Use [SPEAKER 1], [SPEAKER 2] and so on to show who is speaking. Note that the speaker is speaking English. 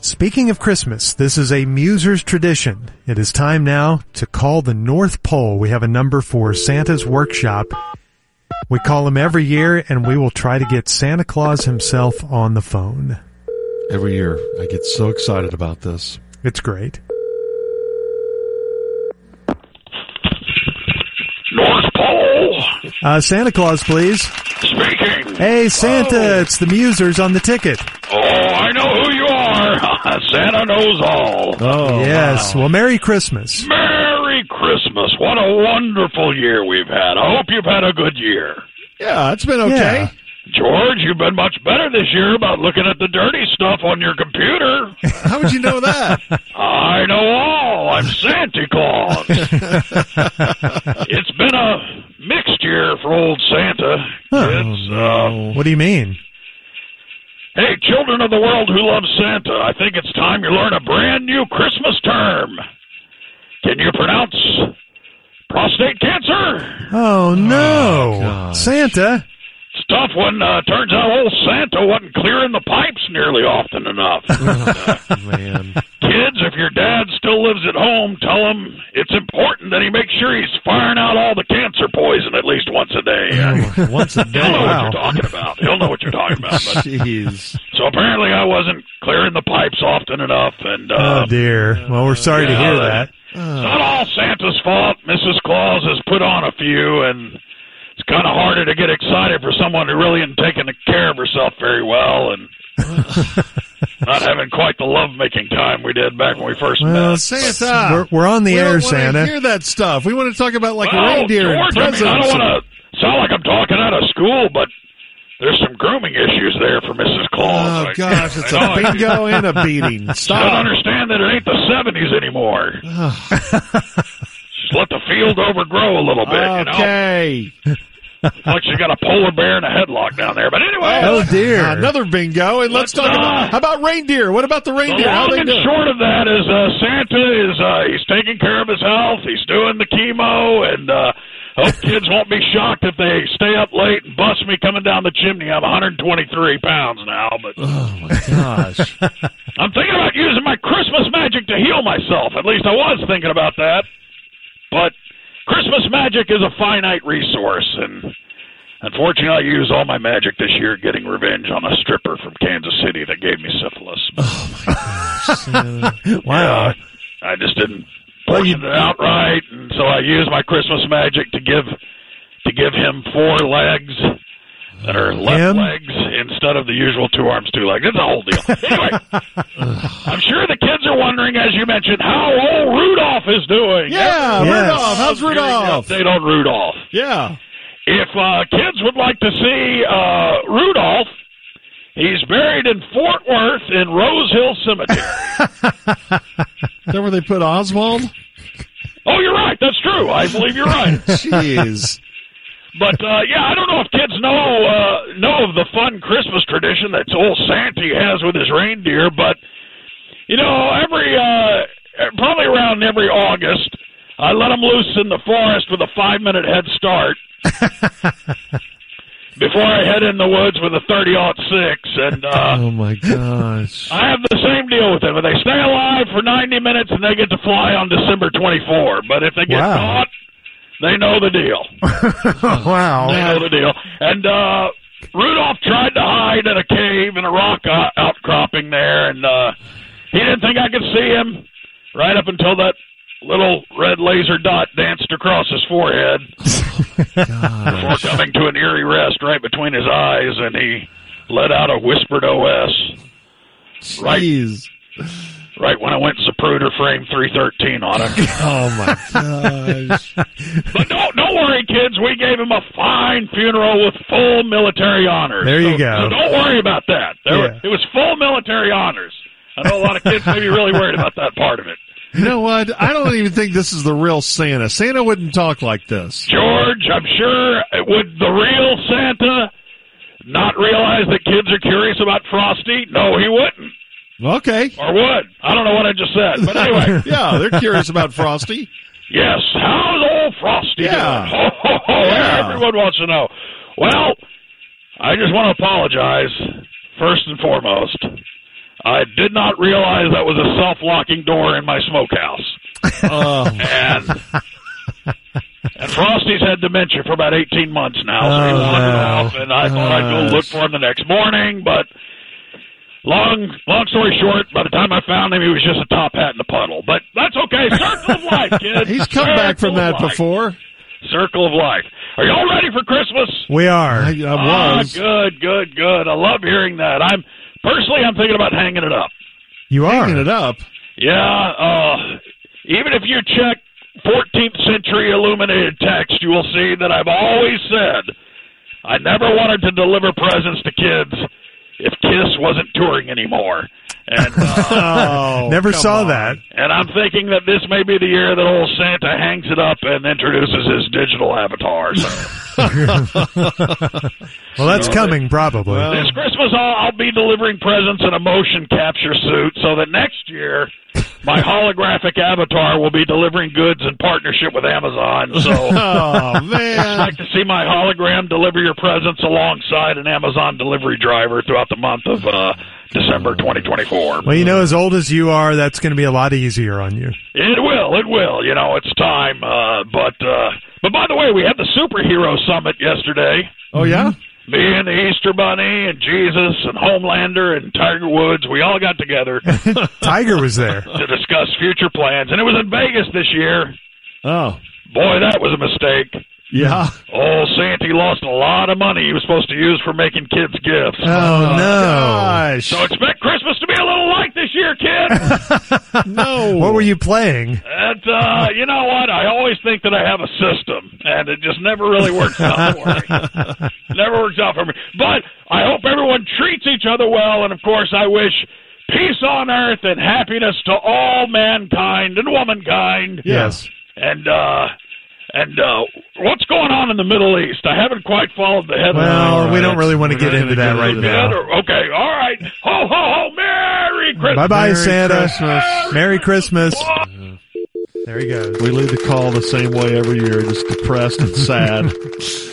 [SPEAKER 1] Speaking of Christmas, this is a Musers tradition. It is time now to call the North Pole. We have a number for Santa's Workshop. We call him every year, and we will try to get Santa Claus himself on the phone.
[SPEAKER 2] Every year, I get so excited about this.
[SPEAKER 1] It's great.
[SPEAKER 3] North Pole
[SPEAKER 1] Uh, Santa Claus, please.
[SPEAKER 3] speaking.
[SPEAKER 1] Hey, Santa,
[SPEAKER 2] Oh.
[SPEAKER 1] it's the Musers on the ticket.
[SPEAKER 3] Oh, I know who you are. Santa knows all.
[SPEAKER 2] Oh,
[SPEAKER 1] yes. Well, Merry Christmas.
[SPEAKER 3] Merry Christmas. What a wonderful year we've had. I hope you've had a good year.
[SPEAKER 2] yeah, it's been okay.
[SPEAKER 3] George, you've been much better this year about looking at the dirty stuff on your computer.
[SPEAKER 2] How would you know that?
[SPEAKER 3] I know all. I'm Santa Claus. it's been a mixed year for old Santa. Kids, uh,
[SPEAKER 1] What do you mean?
[SPEAKER 3] hey, children of the world who love Santa, I think it's time you learn a brand new Christmas term. Can you pronounce prostate cancer?
[SPEAKER 1] Oh, no.
[SPEAKER 2] gosh.
[SPEAKER 1] Santa?
[SPEAKER 3] It's tough when uh, turns out old Santa wasn't clearing the pipes nearly often enough.
[SPEAKER 2] Man,
[SPEAKER 3] Kids, if your dad still lives at home, tell him it's important that he makes sure he's firing out all the cancer poison at least once a day.
[SPEAKER 2] once a
[SPEAKER 3] He'll know
[SPEAKER 2] day.
[SPEAKER 3] what you're talking about. He'll know what you're talking about. But,
[SPEAKER 2] Jeez.
[SPEAKER 3] so apparently, I wasn't clearing the pipes often enough, and uh,
[SPEAKER 1] Oh, dear. Well, we're sorry to
[SPEAKER 3] yeah,
[SPEAKER 1] hear
[SPEAKER 3] uh,
[SPEAKER 1] that.
[SPEAKER 3] it's not all Santa's fault. Mrs. Claus has put on a few, and it's kind of harder to get excited for someone who really isn't taking care of herself very well, and. Not having quite the lovemaking time we did back when we first
[SPEAKER 1] Well,
[SPEAKER 3] met.
[SPEAKER 2] Santa.
[SPEAKER 1] We're, we're on the
[SPEAKER 2] we
[SPEAKER 1] air,
[SPEAKER 2] don't want
[SPEAKER 1] Santa.
[SPEAKER 2] to hear that stuff. We want to talk about like
[SPEAKER 3] Well,
[SPEAKER 2] reindeer and
[SPEAKER 3] George,
[SPEAKER 2] presents.
[SPEAKER 3] I, mean, I don't want to sound like I'm talking out of school, but there's some grooming issues there for Mrs. Claus.
[SPEAKER 2] Oh
[SPEAKER 3] I-
[SPEAKER 2] gosh, it's
[SPEAKER 3] I
[SPEAKER 2] a
[SPEAKER 3] know, I
[SPEAKER 2] bingo and a beating.
[SPEAKER 3] don't
[SPEAKER 2] Stop.
[SPEAKER 3] understand that it ain't the 70s anymore. Just let the field overgrow a little bit, you know?
[SPEAKER 2] Okay.
[SPEAKER 3] It's Like she got a polar bear in a headlock down there. But anyway,
[SPEAKER 1] Oh dear.
[SPEAKER 2] Another bingo, and let's
[SPEAKER 3] Let's
[SPEAKER 2] talk about
[SPEAKER 3] not.
[SPEAKER 2] how about reindeer. What about the
[SPEAKER 3] the
[SPEAKER 2] reindeer? How
[SPEAKER 3] long
[SPEAKER 2] they
[SPEAKER 3] and
[SPEAKER 2] doing?
[SPEAKER 3] short of that is uh, Santa is uh, he's taking care of his health. He's doing the chemo, and uh, hope kids won't be shocked if they stay up late and bust me coming down the chimney. I'm 123 pounds now, but
[SPEAKER 2] Oh my gosh.
[SPEAKER 3] I'm thinking about using my Christmas magic to heal myself. At least I was thinking about that. But Christmas magic is a finite resource, and unfortunately, I used all my magic this year getting revenge on a stripper from Kansas City that gave me syphilis.
[SPEAKER 1] wow.
[SPEAKER 3] Uh, I just didn't well, it outright, and so I used my Christmas magic to give to give him four legs that are left
[SPEAKER 1] Him?
[SPEAKER 3] legs instead of the usual two arms, two legs. It's a whole deal. Anyway, I'm sure the kids are wondering, as you mentioned, how old Rudolph is doing.
[SPEAKER 2] Yeah,
[SPEAKER 1] Yes.
[SPEAKER 2] Rudolph. How's
[SPEAKER 3] Here's the
[SPEAKER 2] Rudolph?
[SPEAKER 3] Update on Rudolph.
[SPEAKER 2] Yeah.
[SPEAKER 3] If uh, kids would like to see uh, Rudolph, he's buried in Fort Worth in Rose Hill Cemetery.
[SPEAKER 2] Is that where they put Oswald?
[SPEAKER 3] oh, you're right. That's true. I believe you're right.
[SPEAKER 2] Jeez.
[SPEAKER 3] But uh, yeah, I don't know if kids know uh, know of the fun Christmas tradition that old Santy has with his reindeer. But you know, every uh, probably around every August, I let him loose in the forest with a five minute head start. Before I head in the woods with a thirty aught six, and uh,
[SPEAKER 2] Oh my gosh.
[SPEAKER 3] I have the same deal with them. If they stay alive for ninety minutes, and they get to fly on December twenty four. But if they get
[SPEAKER 1] Wow.
[SPEAKER 3] caught, they know the deal.
[SPEAKER 1] wow.
[SPEAKER 3] They know the deal. And uh, Rudolph tried to hide in a cave in a rock uh, outcropping there, and uh, he didn't think I could see him right up until that little red laser dot danced across his forehead before coming to an eerie rest right between his eyes, and he let out a whispered OS right.
[SPEAKER 2] Jeez.
[SPEAKER 3] right when I went Zapruder frame 313 on it.
[SPEAKER 2] Oh my gosh.
[SPEAKER 3] but don't, don't worry, kids. We gave him a fine funeral with full military honors.
[SPEAKER 1] There you
[SPEAKER 3] So-
[SPEAKER 1] go.
[SPEAKER 3] So don't worry about that. There
[SPEAKER 1] Yeah.
[SPEAKER 3] were- it was full military honors. I know a lot of kids may be really worried about that part of it.
[SPEAKER 2] You know what? I don't even think this is the real Santa. Santa wouldn't talk like this.
[SPEAKER 3] George, I'm sure, would the real Santa not realize that kids are curious about Frosty? No, he wouldn't.
[SPEAKER 2] Okay.
[SPEAKER 3] Or would. I don't know what I just said. But anyway,
[SPEAKER 2] Yeah, they're curious about Frosty.
[SPEAKER 3] yes, how's old Frosty
[SPEAKER 2] Yeah.
[SPEAKER 3] doing? Ho, ho, ho.
[SPEAKER 2] Yeah.
[SPEAKER 3] Everyone wants to know. Well, I just want to apologize first and foremost. I did not realize that was a self-locking door in my smokehouse.
[SPEAKER 2] Oh,
[SPEAKER 3] And and Frosty's had dementia for about 18 months now, so he
[SPEAKER 1] Oh,
[SPEAKER 3] wandered
[SPEAKER 1] no.
[SPEAKER 3] off, and I thought
[SPEAKER 2] Oh,
[SPEAKER 3] I'd go look for him the next morning, but long long story short, by the time I found him, he was just a top hat in the puddle. But that's okay. Circle of life, kid.
[SPEAKER 2] he's come back from
[SPEAKER 3] Circle of
[SPEAKER 2] that
[SPEAKER 3] life.
[SPEAKER 2] before.
[SPEAKER 3] Circle of life. Are y'all ready for Christmas?
[SPEAKER 1] We are.
[SPEAKER 2] I, I was.
[SPEAKER 3] Ah, good, good, good. I love hearing that. I'm personally, I'm thinking about hanging it up.
[SPEAKER 1] you are.
[SPEAKER 2] Hanging it up.
[SPEAKER 3] Yeah, uh, even if you check 14th century illuminated text, you will see that I've always said I never wanted to deliver presents to kids if Kiss wasn't touring anymore. And uh,
[SPEAKER 2] Oh,
[SPEAKER 1] Never
[SPEAKER 2] come
[SPEAKER 1] saw
[SPEAKER 2] on.
[SPEAKER 1] that.
[SPEAKER 3] and I'm thinking that this may be the year that old Santa hangs it up and introduces his digital avatar. So
[SPEAKER 1] Well, that's coming probably.
[SPEAKER 2] Well-
[SPEAKER 3] this Christmas, I'll, I'll be delivering presents in a motion capture suit, so that next year my holographic avatar will be delivering goods in partnership with Amazon. So.
[SPEAKER 2] Oh man.
[SPEAKER 3] expect to see my hologram deliver your presents alongside an Amazon delivery driver throughout the month of uh, December 2024.
[SPEAKER 1] well, you
[SPEAKER 2] uh,
[SPEAKER 1] know, as old as you are, that's going to be a lot easier on you.
[SPEAKER 3] It will, it will. You know, it's time. Uh, but uh, but by the way, we had the superhero summit yesterday.
[SPEAKER 2] Oh yeah.
[SPEAKER 3] Me and the Easter Bunny and Jesus and Homelander and Tiger Woods, we all got together to
[SPEAKER 1] Tiger was there.
[SPEAKER 3] discuss future plans, and it was in Vegas this year.
[SPEAKER 2] Oh
[SPEAKER 3] Boy, that was a mistake.
[SPEAKER 2] yeah.
[SPEAKER 3] Oh, Santy lost a lot of money he was supposed to use for making kids gifts.
[SPEAKER 1] Oh, no.
[SPEAKER 2] Gosh.
[SPEAKER 3] So expect Christmas to be a little light this year, kid.
[SPEAKER 2] No.
[SPEAKER 1] What were you playing?
[SPEAKER 3] and uh, you know what? I always think that I have a system, and it just never really works out for me. never works out for me. But I hope everyone treats each other well, and of course, I wish peace on earth and happiness to all mankind and womankind.
[SPEAKER 2] Yes.
[SPEAKER 3] And uh, and uh, what's going on in the Middle East? I haven't quite followed the headlines.
[SPEAKER 1] Well, we don't
[SPEAKER 2] that's-
[SPEAKER 1] really want to
[SPEAKER 2] we're
[SPEAKER 1] get
[SPEAKER 2] not
[SPEAKER 1] into
[SPEAKER 2] gonna
[SPEAKER 1] that
[SPEAKER 2] get
[SPEAKER 1] right
[SPEAKER 2] into
[SPEAKER 1] now.
[SPEAKER 2] that.
[SPEAKER 3] Okay, all right. Ho ho ho! Merry Christmas.
[SPEAKER 1] Bye bye,
[SPEAKER 2] Merry
[SPEAKER 1] Santa.
[SPEAKER 2] Christmas.
[SPEAKER 1] Merry Christmas. There he goes.
[SPEAKER 2] We leave the call the same way every year, just depressed and sad.